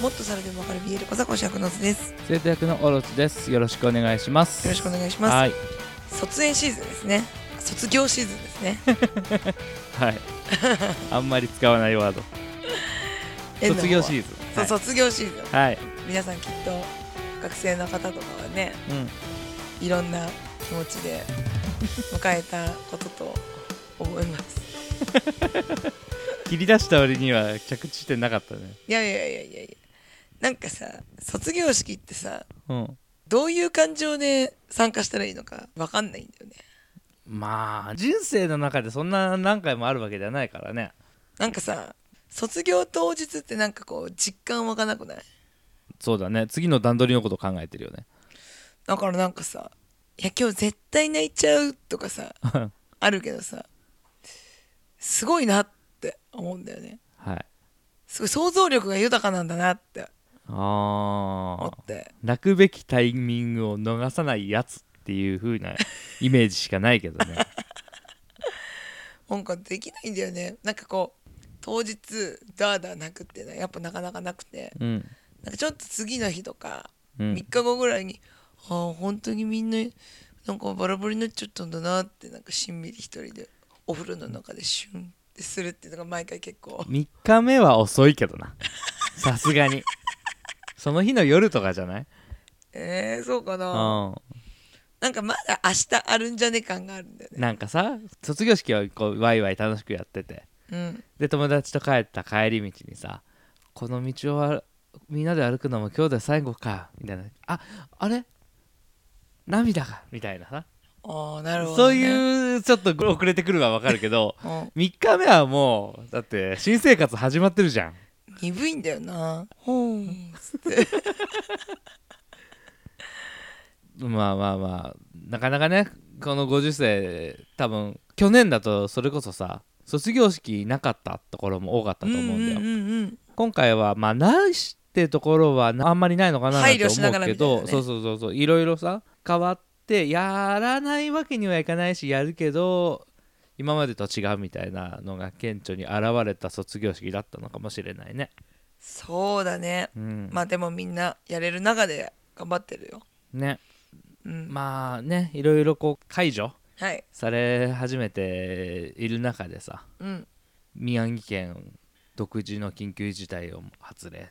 もっとさらでもわかる BL 小坂シャクナズですよ生徒役のオロチですよろしくお願いしますろしくお願いします、はい卒園シーズンですね卒業シーズンですねはい あんまり使わないワード卒業シズーズンそう、卒業シーズンはい、はい皆さんきっと学生の方とかはねうんいろんな気持ちで迎えたことと思います切り出した割には着地してなかったねいやいやいやいやいやなんかさ卒業式ってさうんどういう感情で参加したらいいのかわかんないんだよねまあ人生の中でそんな何回もあるわけじゃないからねなんかさ卒業当日ってなんかこう実感湧かなくないそうだね次の段取りのこと考えてるよね だからなんかさいや今日絶対泣いちゃうとかさあるけどさすごいなって思うんだよねはいすごい想像力が豊かなんだなって思ああって泣くべきタイミングを逃さないやつっていう風なイメージしかないけどね なんかできないんだよねなんかこう当日ダーダー泣くっていうのはやっぱなかなかなくてうんなんかちょっと次の日とかう3ん日後ぐらいに、ああ本当にみんななんかバラバラになっちゃったんだなってなんかしんみり一人でお風呂の中でシュンってするっていうのが毎回結構3日目は遅いけどなさすがにその日の夜とかじゃないえー、そうかうなんなんかまだ明日あるんじゃね感があるんだよねなんかさ卒業式はこうワイワイ楽しくやっててうんで友達と帰った帰り道にさこの道をあみんなで歩くのも今日で最後かみたいなああれ涙がみたいなさ、ああなるほそど、うね、う、いうちょっと遅れてくるはわかるけどん、 3日目はもうだって新生活始まってるじゃん鈍いんだよなほうつってまあまあまあなかなかねこの50世多分去年だとそれこそさ卒業式なかったところも多かったと思うんだよ、うんうんうん今回はまあないしってところはあんまりないのかなと思配慮しながうらけみたいなどねそうそうそうそういろいろさ変わってやらないわけにはいかないしやるけど今までと違うみたいなのが顕著に現れた卒業式だったのかもしれないねそうだねうんまあでもみんなやれる中で頑張ってるよねうんまあねいろいろこう解除はいされ始めている中でさうん宮城県独自の緊急事態を発令って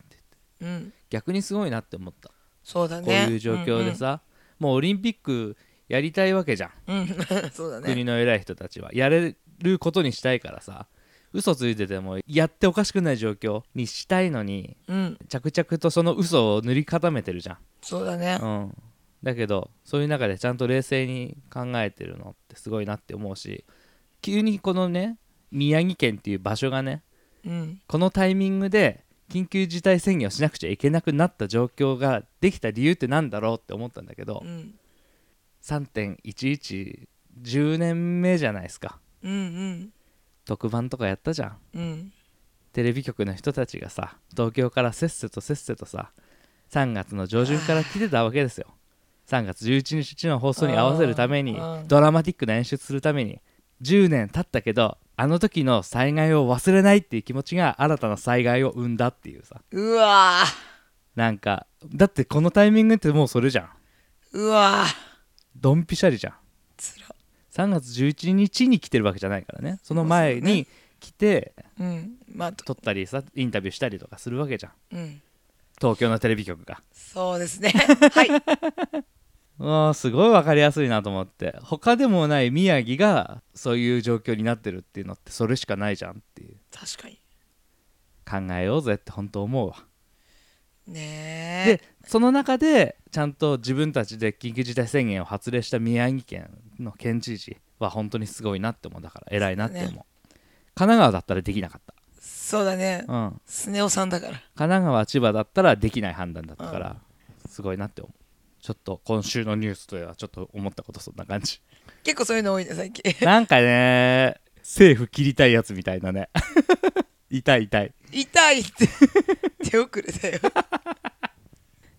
言ってうん逆にすごいなって思ったそうだねこういう状況でさ、もうオリンピックやりたいわけじゃん、うん、うん そうだね国の偉い人たちはやれることにしたいからさ嘘ついててもやっておかしくない状況にしたいのにうん着々とその嘘を塗り固めてるじゃそうだねん、うん、だけどそういう中でちゃんと冷静に考えてるのってすごいなって思うし急にこのね宮城県っていう場所がねうんこのタイミングで緊急事態宣言をしなくちゃいけなくなった状況ができた理由ってなんだろうって思ったんだけど、うん3.1110年目じゃないですかうんうん特番とかやったじゃんうんテレビ局の人たちがさ東京からせっせとせっせとさ3月の上旬から来てたわけですよ3月11日の放送に合わせるためにあードラマティックな演出するために10年経ったけどあの時の災害を忘れないっていう気持ちが新たな災害を生んだっていうさうわなんかだってこのタイミングってもうそれじゃんーうわードンピシャリじゃんつら3月11日に来てるわけじゃないからねその前そうですに来てうんまあと撮ったりさインタビューしたりとかするわけじゃんうん東京のテレビ局がそうです ねはい、うわーすごい分かりやすいなと思って他でもない宮城がそういう状況になってるっていうのってそれしかないじゃんっていう確かに考えようぜって本当思うわねえでその中でちゃんと自分たちで緊急事態宣言を発令した宮城県の県知事は本当にすごいなって思うだから偉いなって思うそうだ神奈川だったらできなかっそうだねたうんスネ夫さんだから神奈川千葉だったらできない判断だったから、すごいなって思うちょっと今週のニュースとはちょっと思ったことそんな感じ結構そういうの多いね最近 なんかね政府切りたいやつみたいなね 痛い痛い痛いって 手遅れだよ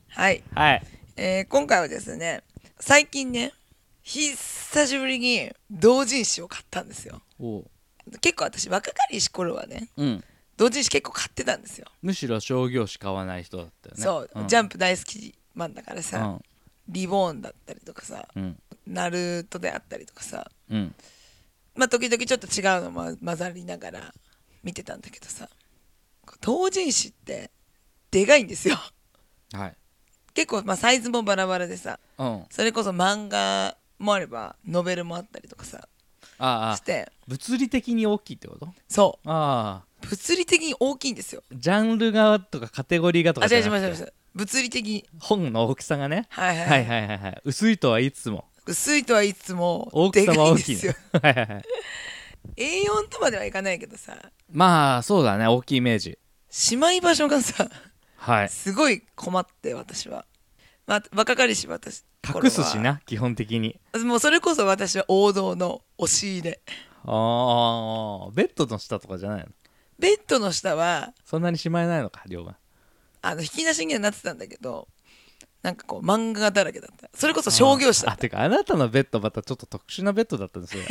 はい、はいえー今回はですね最近ね久しぶりに同人誌を買ったんですよおう結構私若かりし頃はねうん同人誌結構買ってたんですよ、むしろ商業誌買わない人だったよねそう、んジャンプ大好きマンだからさ、リボーンだったりとかさうんうんナルトであったりとかさうんまあ時々ちょっと違うのも混ざりながら見てたんだけどさ同人誌ってでかいんですよはい結構まあサイズもバラバラでさうんそれこそ漫画もあればノベルもあったりとかさああして物理的に大きいってことそああう物理的に大きいんですよジャンルがとかカテゴリーがとあかじ違うゃ違うなくて違う違う物理的に本の大きさがねはいはい、はいはいはいはい薄いとは言いつも薄いとは言いつも大できさかはいん大できいすねよはいはいはい A4 とまではいかないけどさまあそうだね大きいイメージしまい場所がさはいすごい困って私は、まあ、若かりし私隠すし頃はな基本的にもうそれこそ私は王道の押し入れああベッドの下とかじゃないのベッドの下はそんなにしまえないのか両があの引き出しにはなってたんだけどなんかこう漫画だらけだったそれこそ商業誌あだあったてかあなたのベッドまたちょっと特殊なベッドだったんです よ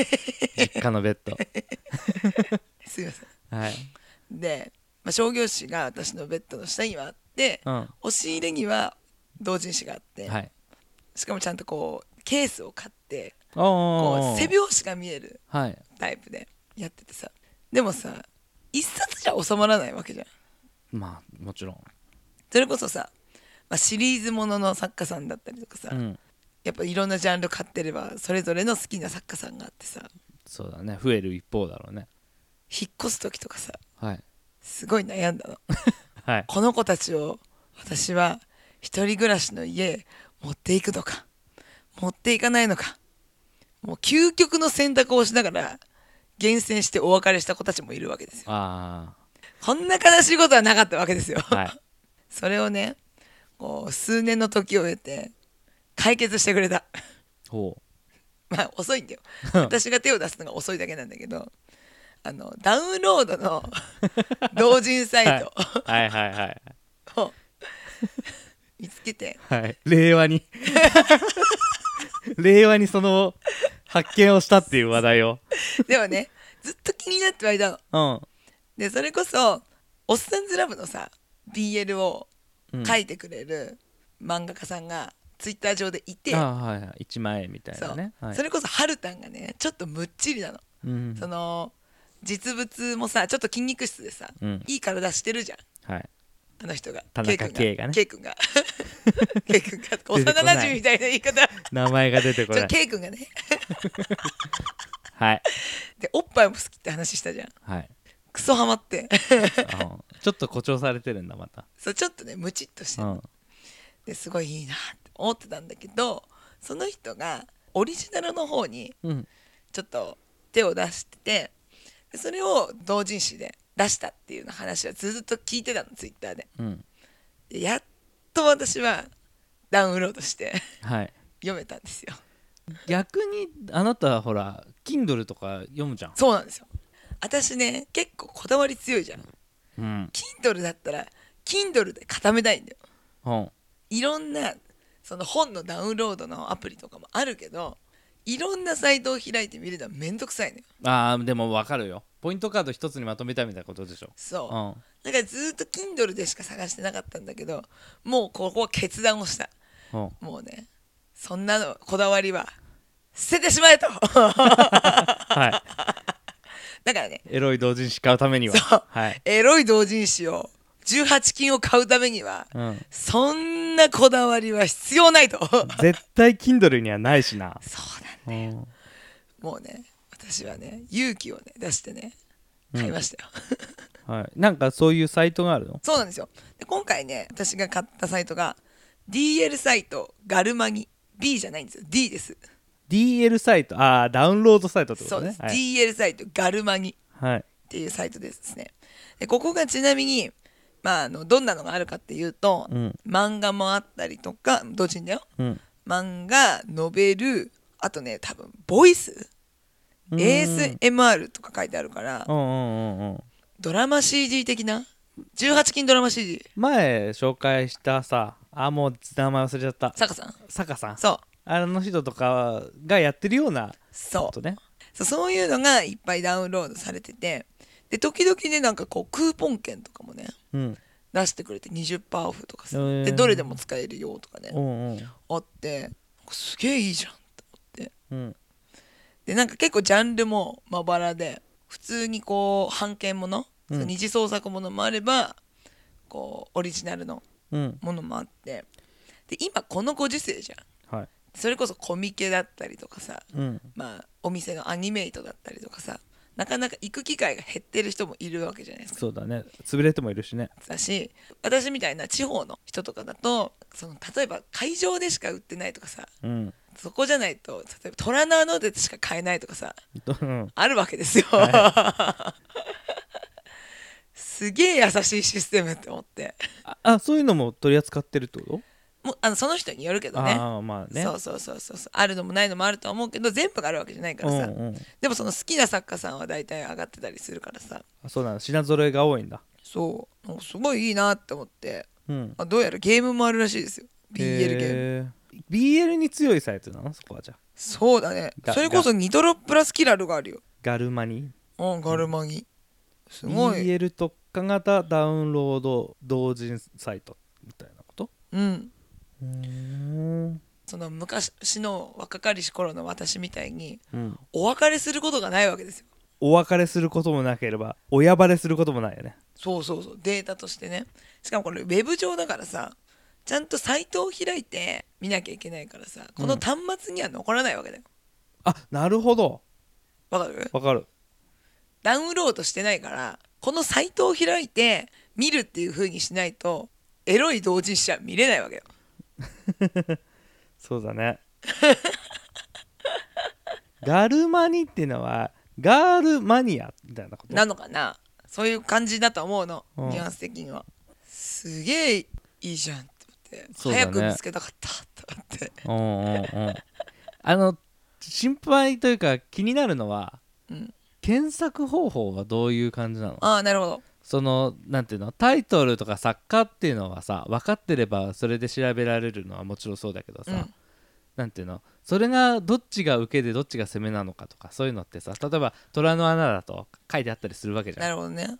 実家のベッドすいませんはいで、まあ、商業誌が私のベッドの下にはあってうんは押し入れには同人誌があって、いしかもちゃんとこうケースを買っておーおーこおうー背拍子が見えるはいタイプでやっててさでもさ一冊じゃ収まらないわけじゃんまあもちろんそれこそさ、まあ、シリーズものの作家さんだったりとかさ、うんやっぱいろんなジャンル買ってればそれぞれの好きな作家さんがあってさそうだね増える一方だろうね引っ越す時とかさはいすごい悩んだの はいこの子たちを私は一人暮らしの家へ持っていくのか持っていかないのかもう究極の選択をしながら厳選してお別れした子たちもいるわけですよあこんな悲しいことはなかったわけですよ、あはい それをねこう数年の時を経て解決してくれたほ まあ遅いんだよ私が手を出すのが遅いだけなんだけどあのダウンロード の同人サイトうはいはいはいを 見つけてはい令 和に令和にその発見をしたっていう話題をでもねずっと気になってはいたのうんでそれこそ「おっさんずラブ」のさ BL をうん書いてくれる漫画家さんがツイッター上でいて、ああはいはい一枚絵みたいそなうねはいそれこそハルタンがねちょっとむっちりなのうんその実物もさちょっと筋肉質でさ、うんいい体してるじゃんはいあの人が田中圭がね K 君が K 君がない幼なじみみたいな言い方ち名前が出てこょない K 君がねはいでおっぱいも好きって話したじゃんはいクソハマって うんちょっと誇張されてるんだまたそうちょっとねムチっとしてうるんですごいいいなって思ってたんだけどその人がオリジナルの方にうんちょっと手を出しててでそれを同人誌で出したっていうの話はずっと聞いてたのツイッターでうんでやっと私はダウンロードして はい読めたんですよ逆にあなたはほら Kindle とか読むじゃんそうなんですよ私ね結構こだわり強いじゃんうん Kindle だったら Kindle で固めたいんだようんいろんなその本のダウンロードのアプリとかもあるけどいろんなサイトを開いて見るのはめんどくさいのよああでもわかるよポイントカード一つにまとめたみたいなことでしょそう、うんだからずっと Kindle でしか探してなかったんだけどもうここは決断をしたうんもうねそんなのこだわりは捨ててしまえと はいだからねエロい同人誌買うためにはそうはいエロい同人誌を18金を買うためには、うんそんなこだわりは必要ないとそう絶対 Kindle にはないしなだうんもうね私はね勇気をね出してね買いましたよ、 はいなんかそういうサイトがあるのそうなんですよで今回ね私が買ったサイトが DL サイトガルマギ B じゃないんですよ D です DL サイトああダウンロードサイトってこそとうでねす、はい DL サイトガルマギはいっていうサイトですねでここがちなみにまああのどんなのがあるかっていうと、うん漫画もあったりとか同人だようん漫画ノベルあとね多分ボイスうん ASMR とか書いてあるからうんうんうんうんドラマ CD 的な18金ドラマ CD 前紹介したさあもう名前忘れちゃった坂さん坂さんそうあの人とかがやってるようなそことねうそうそういうのがいっぱいダウンロードされててで時々ねなんかこうクーポン券とかもねうん出してくれて20%オフとかさ、へーでどれでも使えるよとかねうんうんあってすげえいいじゃんと思ってうんでなんか結構ジャンルもまばらで普通にこう版権もの、うん二次創作ものもあればこうオリジナルのうんものもあってで今このご時世じゃんはいそれこそコミケだったりとかさうんまあお店のアニメイトだったりとかさなかなか行く機会が減ってる人もいるわけじゃないですかそうだね潰れてもいるしねだし私みたいな地方の人とかだとその例えば会場でしか売ってないとかさうんそこじゃないと例えば虎の穴でしか買えないとかさどうんあるわけですよ、 すげえ優しいシステムって思ってああそういうのも取り扱ってるってこともうあのその人によるけどねああまあねそうそうそうそうそうあるのもないのもあるとは思うけど全部があるわけじゃないからさ、うんうんでもその好きな作家さんは大体上がってたりするからさあそうなの品揃えが多いんだそうなんかすごいいいなって思ってうんあどうやらゲームもあるらしいですよ BL ゲームーム BL に強いサイトなのそこはじゃあそうだねがそれこそニトロプラスキラルがあるよガルマにうんガルマギすごい BL 特化型ダウンロード同人サイトみたいなことうんうんその昔の若かりし頃の私みたいにうんお別れすることがないわけですよお別れすることもなければ親バレすることもないよねそうそうそうデータとしてねしかもこれウェブ上だからさちゃんとサイトを開いて見なきゃいけないからさこの端末には残らないわけだよあなるほどわかるわかるダウンロードしてないからこのサイトを開いて見るっていう風にしないとエロい同人誌は見れないわけよそうだ ねガルマニっていうのはガールマニアみたいなことなのかなそういう感じだと思うの、うんニュアンス的にはすげえいいじゃんって思って、そうだね早く見つけたかったって思ってうんうんうんあの心配というか気になるのは、うん検索方法はどういう感じなのああなるほどそのなんていうのタイトルとか作家っていうのはさ分かってればそれで調べられるのはもちろんそうだけどさ、うんなんていうのそれがどっちが受けでどっちが攻めなのかとかそういうのってさ例えば「虎の穴」だと書いてあったりするわけじなゃん。るほどね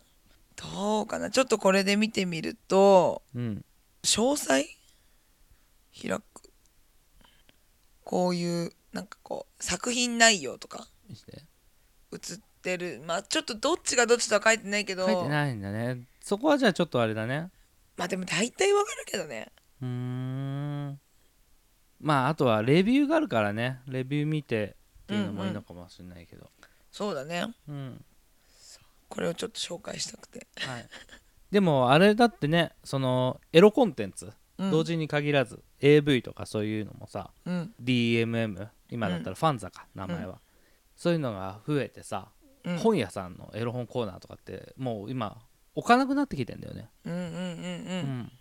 どうかなちょっとこれで見てみるとうん、詳細開くこういうなんかこう作品内容とか見して映ってるまあちょっとどっちがどっちとは書いてないけど書いてないんだねそこはじゃあちょっとあれだねまあでも大体わかるけどねうーんまああとはレビューがあるからねレビュー見てっていうのもいいのかもしれないけどそうだねうん、これをちょっと紹介したくて、 はい、でもあれだってねそのエロコンテンツ、うん、同時に限らず AV とかそういうのもさうん DMM 今だったらファンザか、名前は、そういうのが増えてさ、うん本屋さんのエロ本コーナーとかってもう今置かなくなってきてんだよね、うんうんうんううんん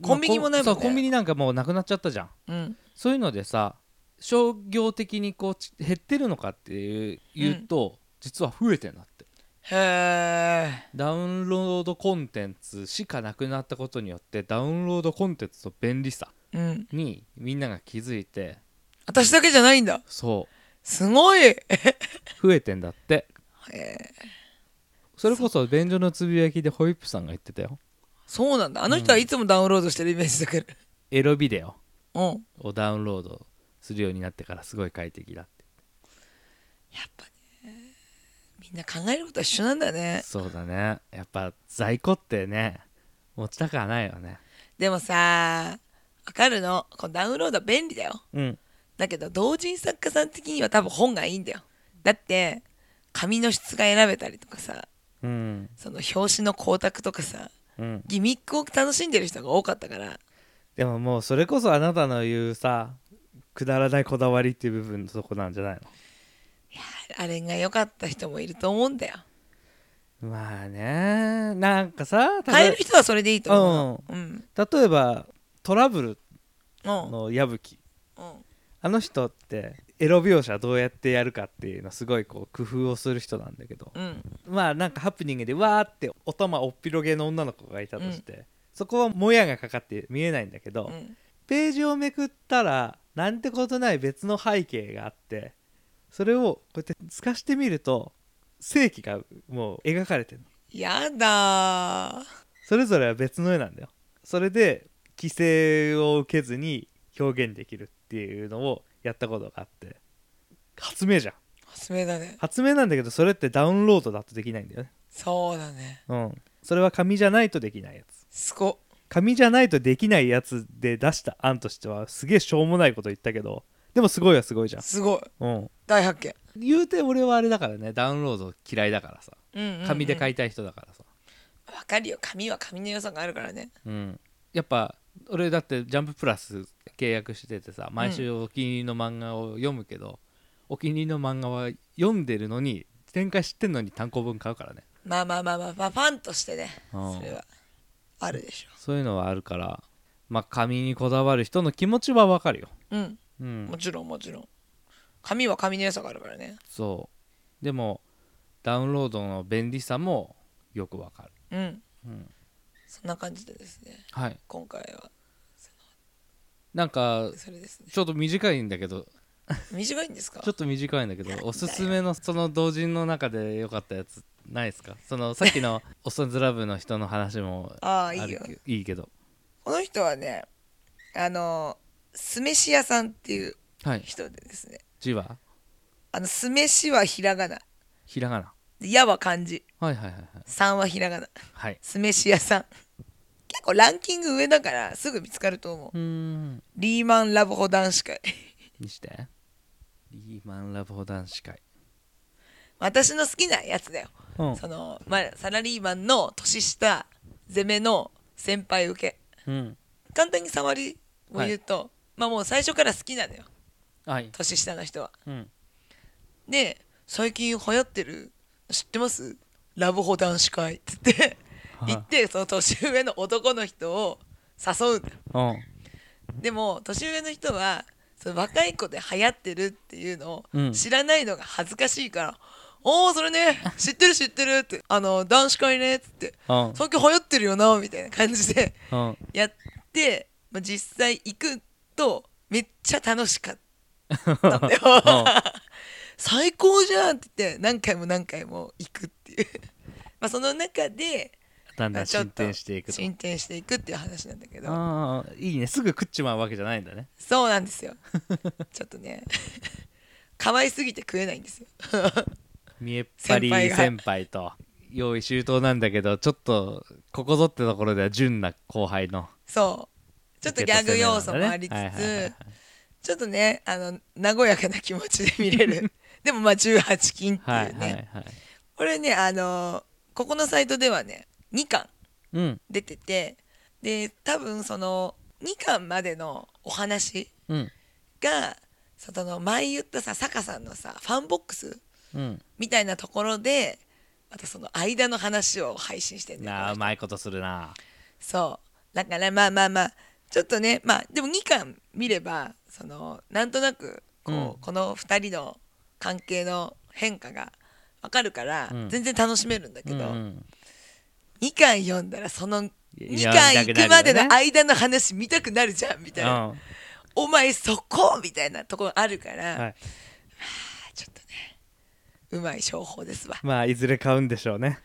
コンビニもないもんねそうコンビニなんかもうなくなっちゃったじゃんうんそういうのでさ商業的にこうち減ってるのかっていう言うと、実は増えてんだってへえダウンロードコンテンツしかなくなったことによってダウンロードコンテンツの便利さうんにみんなが気づいて私だけじゃないんだそすごいへう増えてんだってえそれこそ便所のつぶやきでホイップさんが言ってたよそうなんだあの人はいつもダウンロードしてるイメージだけどエロビデオうんをダウンロードするようになってからすごい快適だってやっぱねみんな考えることは一緒なんだねそうだねやっぱ在庫ってね持ちたくはないよねでもさわかるのこのダウンロードは便利だようんだけど同人作家さん的には多分本がいいんだよだって紙の質が選べたりとかさうんその表紙の光沢とかさうんギミックを楽しんでる人が多かったからでももうそれこそあなたの言うさくだらないこだわりっていう部分のとこなんじゃないあれが良かった人もいると思うんだよのまあねなんかさただ変える人はそれでいいと思ううん例えばトラブルうんうんの矢吹あの人ってエロ描写どうやってやるかっていうのすごいこう工夫をする人なんだけどうんまあなんかハプニングでわーってお玉おっぴろげの女の子がいたとして、そこはもやがかかって見えないんだけど、うんページをめくったらなんてことない別の背景があってそれをこうやって透かしてみると世紀がもう描かれてるのやだーそれぞれは別の絵なんだよそれで規制を受けずに表現できるっていうのをやったことがあって発明じゃん発明だね発明なんだけどそれってダウンロードだとできないんだよねそうだねうんそれは紙じゃないとできないやつすご紙じゃないとできないやつで出した案としてはすげえしょうもないこと言ったけどでもすごいはすごいじゃんすごいうん大発見言うて俺はあれだからねダウンロード嫌いだからさうんうんうん紙で書いたい人だからさわかるよ紙は紙の良さがあるからねうん、やっぱ俺だって「ジャンププラス」契約しててさ毎週お気に入りの漫画を読むけど、お気に入りの漫画は読んでるのに展開知ってんのに単行本買うからねまあまあまあまあ、まあ、ファンとしてねうんそれはあるでしょそういうのはあるからまあ紙にこだわる人の気持ちはわかるよ、うんうんも、ちろんもちろん紙は紙の良さがあるからねそうでもダウンロードの便利さもよくわかうるん、んそんな感じでですねはい今回はなんかそれですねちょっと短いんだけど短いんですかちょっと短いんだけどおすすめのその同人の中で良かったやつないですかそのさっきの 「おっさんずラブ」の人の話もあああいいるよけいいけどこの人はねあの酢飯屋さんっていうはい人でですね字はあの酢飯はひらがなひらがなで矢は漢字はいはいはいはい三はひらがなはい酢飯屋さん結構ランキング上だからすぐ見つかると思ううーんリーマンラブホ男子会見してリーマンラボ男子会私の好きなやつだようんその、まあ、サラリーマンの年下攻めの先輩受けうん簡単に触りを言うと、まあもう最初から好きなのよはい年下の人はうんで最近流行ってる知ってますラブホ男子会っつってはい行ってその年上の男の人を誘うんだようんでも年上の人はその若い子で流行ってるっていうのうをん知らないのが恥ずかしいから「おおそれね知ってる知ってる」って「あの男子会ね」っつってうん「最近流行ってるよな」みたいな感じで うんやって、まあ、実際行くとめっちゃ楽しかったん だようん最高じゃんって言って何回も何回も行くっていう まあその中でだんまだあんちょっ進と展していくと進展していくっていう話なんだけどああいいねすぐ食っちまうわけじゃないんだねそうなんですよ ちょっとね可愛すぎて食えないんですよ見えっ張り先輩が先輩と用意周到なんだけどちょっとここぞってところでは純な後輩のそうちょっとギャグ要素もありつつ、はいはいはいはいちょっとねあの和やかな気持ちで見れる でもまあ18禁っていうね、はいはいはい。これねあのここのサイトではね2巻うん出ててで多分その2巻までのお話うんがその前言ったさ坂さんのさファンボックスうん。みたいなところでまたその間の話を配信してんだよなこあうの人まいことするな。そうだからまあまあまあちょっとねまあでも2巻見ればそのなんとなくこう、うんこの2人の関係の変化がわかるから、うん全然楽しめるんだけうど、ん2巻読んだらその2いや巻行くまで見たくなるよねの間の話見たくなるじゃんみうたいん。な、はお前そこみたいなところあるから、い。ちょっとねうまい商法ですわまあいずれ買うんでしょうね。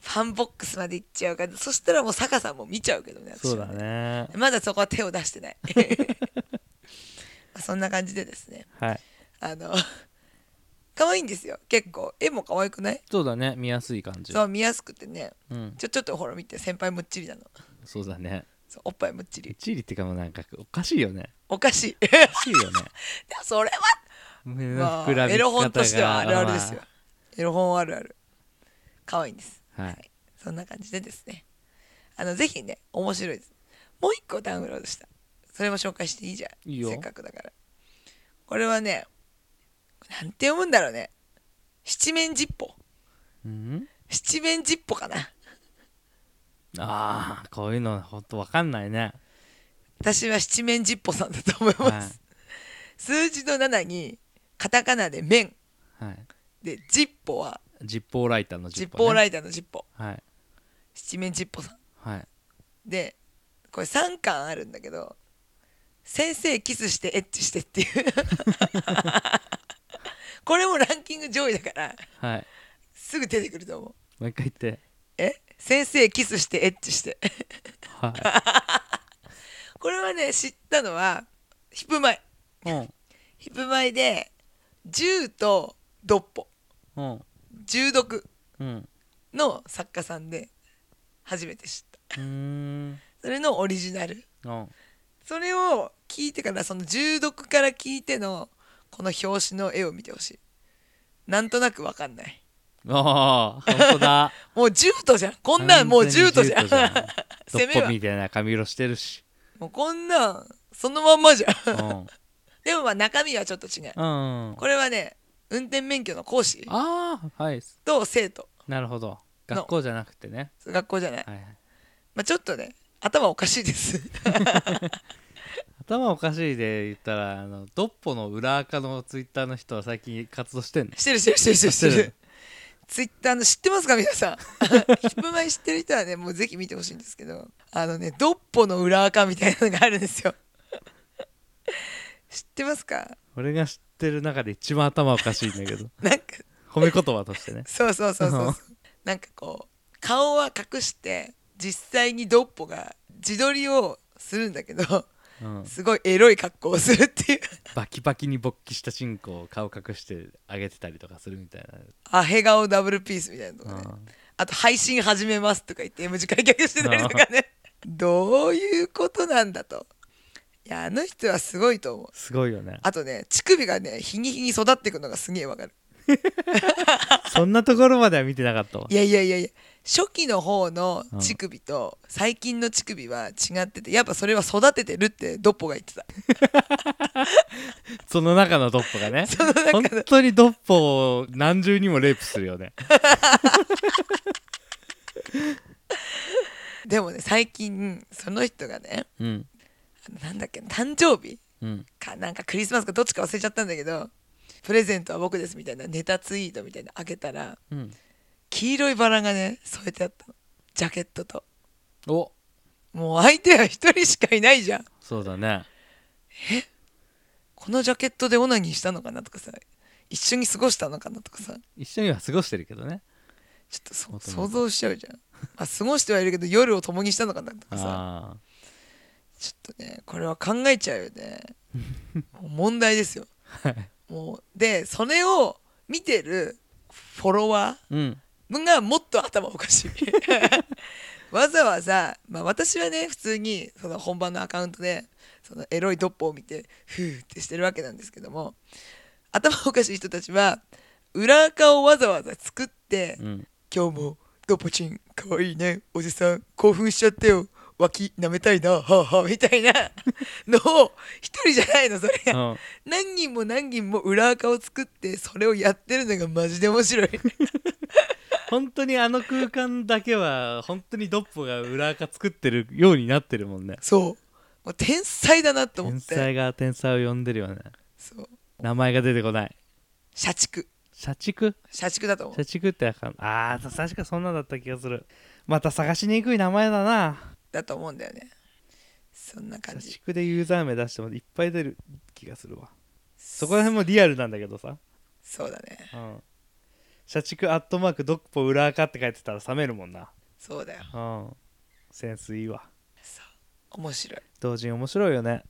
ファンボックスまで行っちゃうからそしたらもう坂さんも見ちゃうけどね私そうはだね。 まだそこは手を出してない まあそんな感じでですねはい。あの可愛いんですよ結構絵も可愛くないそうだね。見やすい感じ。そう見やすくてねうん。ちょちょっとほら見て先輩むっちりなのそうだね。そうおっぱいむっちり一理ってかもうなんかおかしいよね。おかしい でおかしいよね。もそれは胸の ま膨らあ、みエロ本としてはあ方がるあるですよ。エロ本あるある。可愛いんです。はいそんな感じでですね。あの、ぜひね、面白いです。もう一個ダウンロードした。それも紹介していいじゃん。いいよせっかくだから。これはね、なんて読むんだろうね。七面十歩。うん。七面十歩かな。ああこういうの本当わかんないね。私は七面十歩さんだと思い ます。数字の7に、カタカナで面。いはい。で、十歩は、ジッポーライターのジ十ッポ歩ーライイターの十歩。ター。はい七面十歩さん。はい。でこれ3巻あるんだけど「先生キスしてエッチして」っていう これもランキング上位だからはい。すぐ出てくると思うもう一回言って。え先生キスしてエッチして。はこれはね、知ったのは、ヒップマイ。い。うん。ヒップマイで、銃とドッポ、うん。銃毒うん。の作家さんで、初めて知った。うーん。それのオリジナル。うん。それを聞いてからその重読から聞いてのこの表紙の絵を見てほしいなんとなくわかんないああ、本当 だ。もうジュートじゃんこんなんもうジュートじゃん ド攻めッはポみたいな髪色してる し。 もうこんなんそのまんまじゃん うん。でもまあ中身はちょっと違ううん。あこれはね運転免許の講師あー、はい。と生徒なるほど。学校じゃなくてね。学校じゃない、はいはい。まあ、ちょっとね頭おかしいです頭おかしいで言ったら、あの、ドッポの裏垢のツイッターの人は最近活動してんのしてるしてるしてるしてるしてしてるるツイッターの知ってますか皆さん ヒップマイ知ってる人はねもうぜひ見てほしいんですけどあのねドッポの裏垢みたいなのがあるんですよ 知ってますか俺が知ってる中で一番頭おかしいんだ けど。なんか褒め言葉としてね。そうそうそうそううんなんかこう顔は隠して実際にドッポが自撮りをするんだけどうん。すごいエロい格好をするっていうバキバキに勃起したチンコを顔隠してあげてたりとかするみたいアヘ顔ダブルピースみたいなのとな。かねうんあと配信始めますとか言って M 字開脚してたりとかねどういうことなんだといやあの人はすごいと思うすごいよね。あとね乳首がね日に日に育っていくのがすげえわかるそんなところまでは見てなかったわい。やいやいやいや初期の方の乳首と最近の乳首は違っててやっぱそれは育ててるってドッポが言ってたその中のドッポが ね。その中本の当にドッポを何重にもレイプするよね。 でもね最近その人がねうん。あのなんだっけ誕生日うん。かなんかクリスマスかどっちか忘れちゃったんだけどプレゼントは僕ですみたいなネタツイートみたいなの開けたらうん。黄色いバラがね添えてあったのジャケットとおもう相手は一人しかいないじゃんそうだね。このジャケットでオナニーしたのかなとかさ一緒に過ごしたのかなとかさ一緒には過ごしてるけどね。ちょっとそもともと想像しちゃうじゃん、まあ、過ごしてはいるけど夜を共にしたのかなとかさあちょっとねこれは考えちゃうよねもう問題ですよあ。はい。もうでそれを見てるフォロワーうん。がもっと頭おかしい わざわざ、まあ、私はね普通にその本番のアカウントでそのエロいドッポを見てふーってしてるわけなんですけども頭おかしい人たちは裏垢をわざわざ作ってうん。 「今日もドッポチンかわいいねおじさん興奮しちゃったよ脇舐めたいなはあはあ」みたいなのを一人じゃないのそれがうん何人も何人も裏垢を作ってそれをやってるのがマジで面白い。本当にあの空間だけは本当にドッポが裏垢作ってるようになってるもんね。そうもう天才だなと思天って才が天才を呼んでるよね。そう名前が出てこない。社畜社畜社畜だと思う社畜ってあかんあー確かそんなだった気がするまた探しにくい名前だなだと思うんだよねそんな感社じ畜でユーザー名出してもいっぱい出る気がするわそこら辺もリアルなんだけどさ、そうだねうん、社畜アットマークドッポ裏垢って書いてたら冷めるもんなそうだようんセンスいいわ面白い同人面白いよね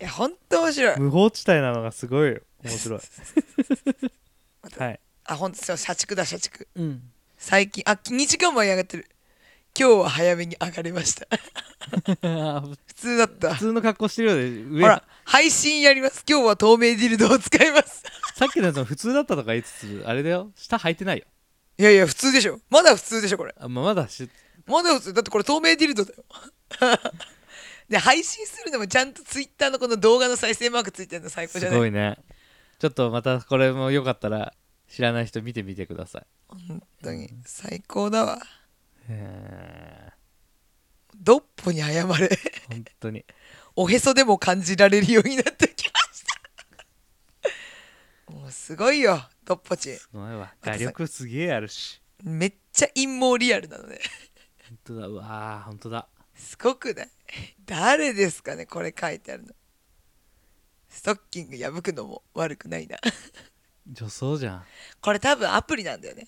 いやほんと面白い無法地帯なのがすごいよ面 白いはいあほんとそう社畜だ社畜うん最近あ2時間前に上がってる今日は早めに上がれました 普普通だったほ通の格好してるようで上ら配信やります今日は透明ディルドを使いますさっきのやつも普通だったとか言いつつあれだよ下履いてないよいやいや普通でしょまだ普通でしょこれあまあまだしまだ普通だってこれ透明ディルドだよ で配信するのもちゃんとツイッターのこの動画の再生マークついてるの最高じすゃないごいねちょっとまたこれもよかったら知らない人見てみてください本当に最高だわへドッポに謝れー本当におへそでも感じられるようになってきましたもうすごいよドッポチンすごいわ画力すげえあるしめっちゃ陰謀リアルなのね本当だうわー本当だすごくない誰ですかねこれ書いてあるのストッキング破くのも悪くないな女装じゃんこれ多分アプリなんだよね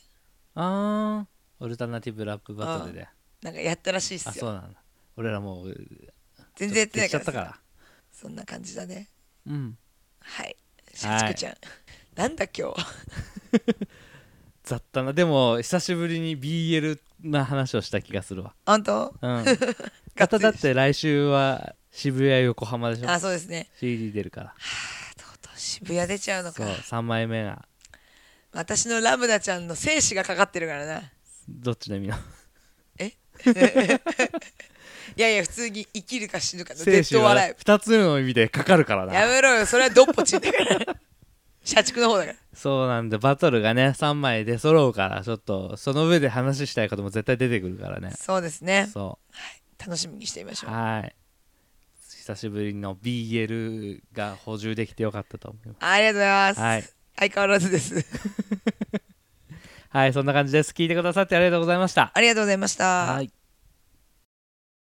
あーオルタナティブラップバトルでなんかやったらしいっあすそうよなんだ俺らもう全然やってないちかょらと消しちゃったかさらそんな感じだねうんはいしちくちゃん、 なんだ今日雑多なでも久しぶりに BL な話をした気がするわあんたうん まただって来週は渋谷横浜でしょあそうですね CD 出るからとうとう渋谷出ちゃうのそかう3枚目が私のラムダちゃんの精子がかかってるから などっちで見よういやいや普通に生きるか死ぬかのデ精ッ神ドオアラはイ2つ目の意味でかかるからブやなめろよそれはドッポチンだから 社畜の方だからそうなんでバトルがね3枚出揃うからちょっとその上で話したいことも絶対出てくるからねそうですねそ楽しみにしてみましうょうはい久しぶりの BL が補充できてよかったと思いますありがとうございます、はい相変わらずですはいそんな感じです聞いてくださってありがとうございましたありがとうございましたはい